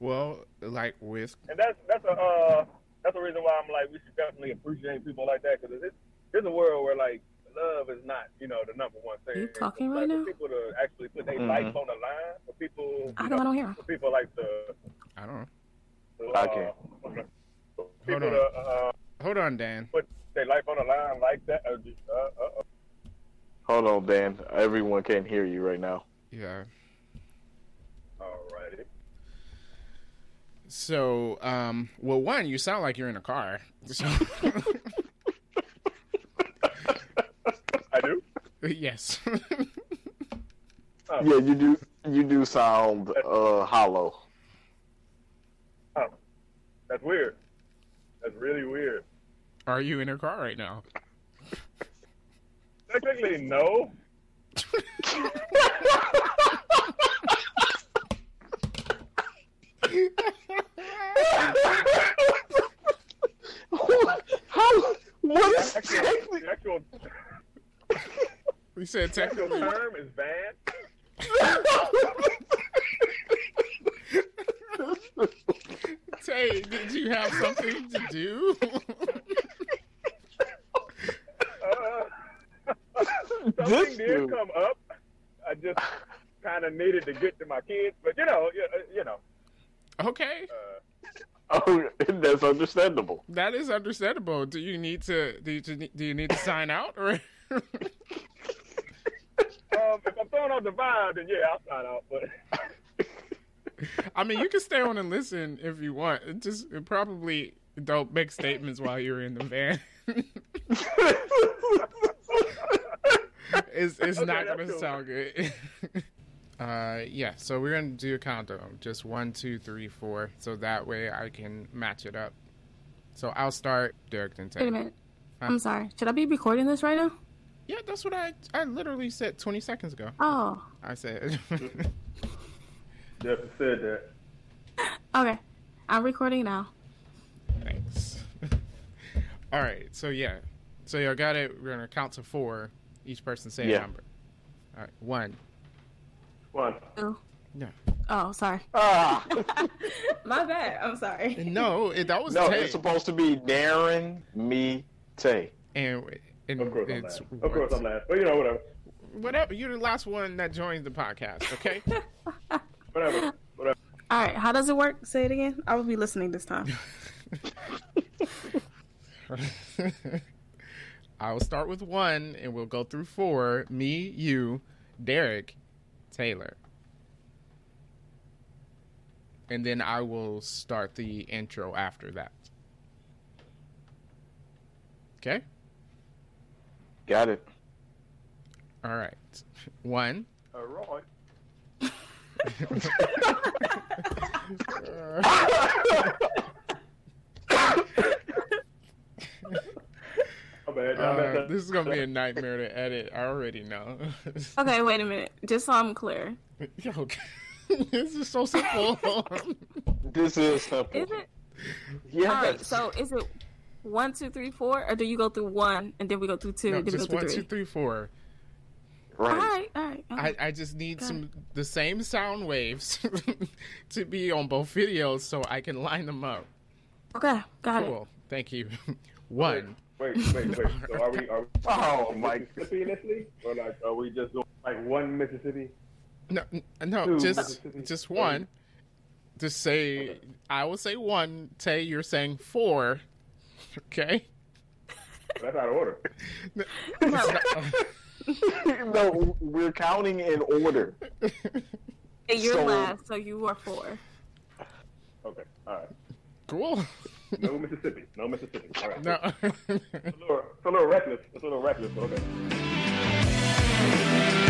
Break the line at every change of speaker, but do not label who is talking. Well, like with
And that's that's a uh, that's the reason why I'm like we should definitely appreciate people like that because it's it's a world where like love is not you know the number one thing.
You talking
Like,
right
for
now?
People to actually put their
Mm-hmm.
life on the line for people.
I
you
don't- I
know,
don't hear 'em.
For people like the.
I don't know.
the
Okay.
Uh, for people
on.
to uh,
Hold on, Dan.
put their life on the line like that. Uh, just, uh, uh, uh,
Hold on, Dan. Everyone can't hear you right now.
Yeah.
uh, alrighty.
So, um, well, one, you sound like you're in a car. So,
I do.
yes.
Oh,
Yeah, you do. You do sound uh hollow.
oh. that's weird. That's really weird.
Are you in a car right now?
Technically, no.
How? What is
Actually, the actual, the
We said
actual
technically.
term is van.
Tay, did you have something to do?
Uh,
This
something did
dude.
come up. I just kind of needed to get to my kids, but you know, you, you know,
okay,
uh,
Oh, that's understandable.
that is understandable. Do you need to? Do you, do you need to sign out or?
um, if I'm throwing off the vibe, then yeah, I'll sign out. But
I mean, you can stay on and listen if you want. It just it probably don't make statements while you're in the van. it's it's
Okay,
not
that's
gonna
cool.
sound good. uh, yeah. So we're gonna do a countdown. Just one, two, three, four. So that way I can match it up. So I'll start Derek and
Wait a minute. I'm sorry. Should I be recording this right now?
Yeah, that's what I I literally said 20 seconds ago.
Oh,
I said.
Jeff said that.
okay. I'm recording now.
Thanks. All right. So yeah. So y'all got it. We're gonna count to four. Each person say
Yeah.
a number. All right. One.
One.
Two.
No.
Oh, sorry.
Ah,
My bad. I'm sorry.
No. It, that was
no,
Tay.
it's supposed to be Darren, me, Tay.
and and
Of course, I'm
it's
last. Of course, I'm last. But you know, whatever,
whatever. You're the last one that joins the podcast. Okay.
whatever, whatever.
All right. How does it work? Say it again. I will be listening this time.
I'll start with one, and we'll go through four. Me, you, Derek, Taylor, and then I will start the intro after that. Okay.
Got it.
All right. One.
All right.
Uh,
I'm bad. I messed
Uh,
up.
this is gonna be a nightmare to edit. I already know.
Okay. Wait a minute. Just so I'm clear.
Okay. this is so simple.
This is simple.
Is it?
Yes.
All right. So is it one, two, three, four, or do you go through one and then we go through two,
no,
then we go
just
through
one,
three?
two, three, four.
All
right.
right. All right. all
I,
right.
I just need
Got
some the same sound waves to be on both videos so I can line them up.
okay. Got it.
Cool. Thank you. One.
Wait, wait, wait. So are we? Are we
Oh, my-
Mississippi in this league, or like are we just doing like one Mississippi?
No, n- no,
Two.
just just one. Just say I will say one. Tay, you're saying four. Okay.
That's out of order.
no, we're counting in order.
And you're
So-
last, so you are four.
Okay, all right.
Cool.
No Mississippi. No Mississippi. All right.
No.
It's a little, it's a little reckless. It's a little reckless, but okay.